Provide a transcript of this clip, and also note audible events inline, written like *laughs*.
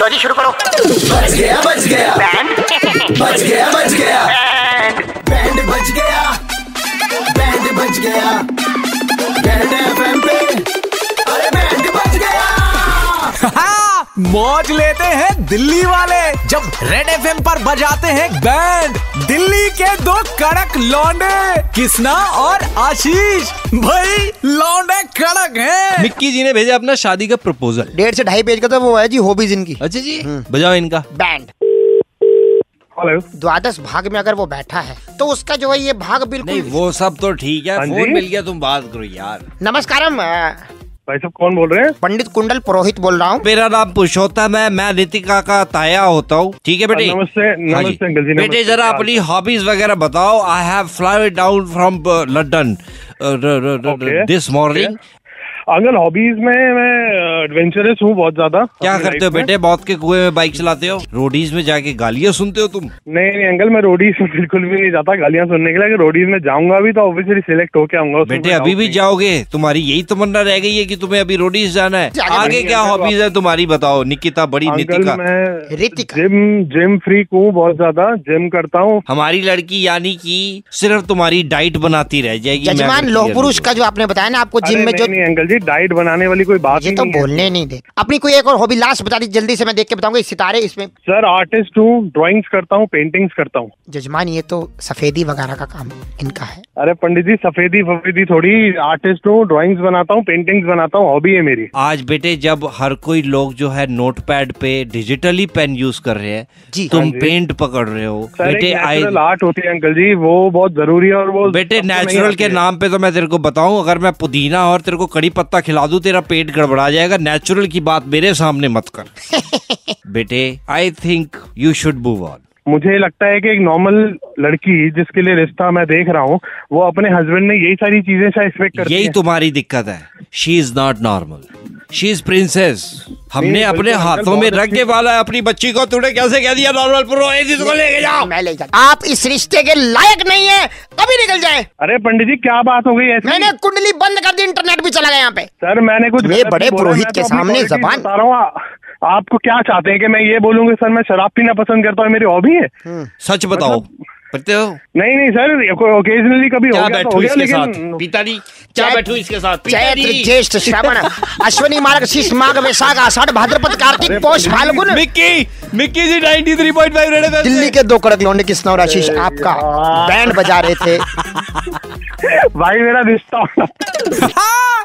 लो जी शुरू करो बच गया बच गया बैंड *laughs* बच गया बच गया बैंड बैंड बच गया बैंड बच गया बैंड एफएम पे अरे बैंड बच गया हाँ, मौज लेते हैं दिल्ली वाले जब रेड एफ पर बजाते हैं बैंड दिल्ली के दो कड़क लौंडे कृष्णा और आशीष भाई लौंडे कड़क हैं मिक्की जी ने भेजा अपना शादी का प्रपोजल डेढ़ से ढाई पेज का तो वो है जी हॉबीज इनकी अच्छा जी बजाओ इनका बैंड हेलो द्वादश भाग में अगर वो बैठा है तो उसका जो है ये भाग नहीं बिल्कुल वो सब तो ठीक है हाँ फोन जी। मिल गया तुम बात करो यार नमस्कारम अ, भाई साहब कौन बोल रहे हैं पंडित कुंडल पुरोहित बोल रहा हूँ मेरा नाम पुरुषोत्तम है मैं रितिका का ताया होता हूँ ठीक है बेटे हाँ, नमस्ते, हाँ जी। नमस्ते अंकल जी, बेटे नमस्ते, जरा क्या हाल? अपनी हॉबीज वगैरह बताओ I have fly down from London Okay. This morning uncle hobbies में मैं एडवेंचरस हूँ बहुत ज्यादा क्या अपनी करते हो लाइफ में। बेटे मौत के कुएं में बाइक चलाते हो रोडीज में जाके गालियाँ सुनते हो तुम नहीं नहीं अंकल मैं रोडीज में बिल्कुल भी नहीं जाता गालियाँ सुनने के लिए अगर रोडीज में जाऊंगा भी तो ऑब्वियसली सिलेक्ट होके आऊंगा उसमें बेटे कोई अभी doubt भी नहीं। जाओगे तुम्हारी यही तमन्ना रह गई है कि तुम्हें अभी रोडीज जाना है आगे आगे बढ़ेंगे क्या अंकल, हॉबीज है तुम्हारी बताओ निकिता बड़ी अंकल नितिका मैं रितिका। जिम जिम फ्रीक हूँ बहुत ज्यादा जिम करता हूँ हमारी लड़की यानी कि सिर्फ तुम्हारी डाइट बनाती रह जाएगी मैं यजमान करती लोह रहूंगी। पुरुष का जो आपने बताया ना आपको अरे जिम तो में नहीं, जो नहीं अंकल जी डाइट बनाने वाली कोई बात ये ही तो नहीं है बोलने नहीं दे अपनी कोई एक और हॉबी लास्ट बता दी जल्दी से मैं देख के बताऊंगा इस सितारे इसमें सर आर्टिस्ट हूँ ड्राइंग्स करता हूँ पेंटिंग्स करता हूँ यजमान ये तो सफेदी वगैरह का काम इनका है अरे पंडित जी सफेदी फफेदी थोड़ी आर्टिस्ट हूँ ड्राइंग्स बनाता हूँ पेंटिंग्स बनाता हूँ हॉबी है मेरी आज बेटे जब हर कोई लोग जो है नोटपैड पे डिजिटली पेन यूज कर रहे हैं जी। तुम हाँ जी। पेंट पकड़ रहे हो सर बेटे एक आई नेचुरल आर्ट होती है अंकल जी वो बहुत जरूरी है और वो बेटे सबको नहीं नेचुरल आती के है। नाम पे तो मैं तेरे को बताऊं अगर मैं पुदीना और तेरे को कड़ी पत्ता खिला दूं तेरा पेट गड़बड़ा जाएगा नेचुरल की बात मेरे सामने मत कर *laughs* बेटे I think you should move on मुझे लगता है कि एक नॉर्मल लड़की जिसके लिए रिश्ता मैं देख रहा हूँ वो अपने हस्बैंड ने यही सारी चीजें शायद एक्सपेक्ट करती यही तो- है तुम्हारी दिक्कत है she is not normal she is princess हमने नहीं, अपने बिल्कुल, अंकल, हाथों में बहुत रख के वाला है अपनी बच्ची को तूने कैसे कह दिया नॉर्मल पुरोहित इसको लेके जाओ मैं ले जाता आप इस रिश्ते के लायक नहीं है अभी निकल जाए अरे पंडित जी क्या बात हो गई ऐसी मैंने कुंडली बंद कर दी इंटरनेट भी चला गया यहाँ पे सर मैंने कुछ मैं गलत नहीं बड़े बोला, पुरोहित मैं के तो अपनी सामने qualities जबान- बता रहा हूँ आ- आपको क्या चाहते हैं कि मैं ये बोलूंगा सर मैं शराब पीना पसंद करता हूँ ये मेरी हॉबी है हम्म। सच मतलब बताओ पढ़ते हो नहीं नहीं सर ओकेजनली कभी हो क्या गया तो बैठू हो गया इसके साथ लेकिन पिता जी क्या चैत- बैठू इसके साथ पिता चैत्र जी ज्येष्ठ श्रावण अश्वनी मार्ग शीश माघ वैशाख आषाढ़ भाद्रपद कार्तिक पौष फाल्गुन Mickey Mickey ji 93.5 red FM Delhi के दो कड़क लौंडे कृष्णा और आशीष आपका बैंड बजा रहे थे भाई मेरा रिश्ता होना हाँ,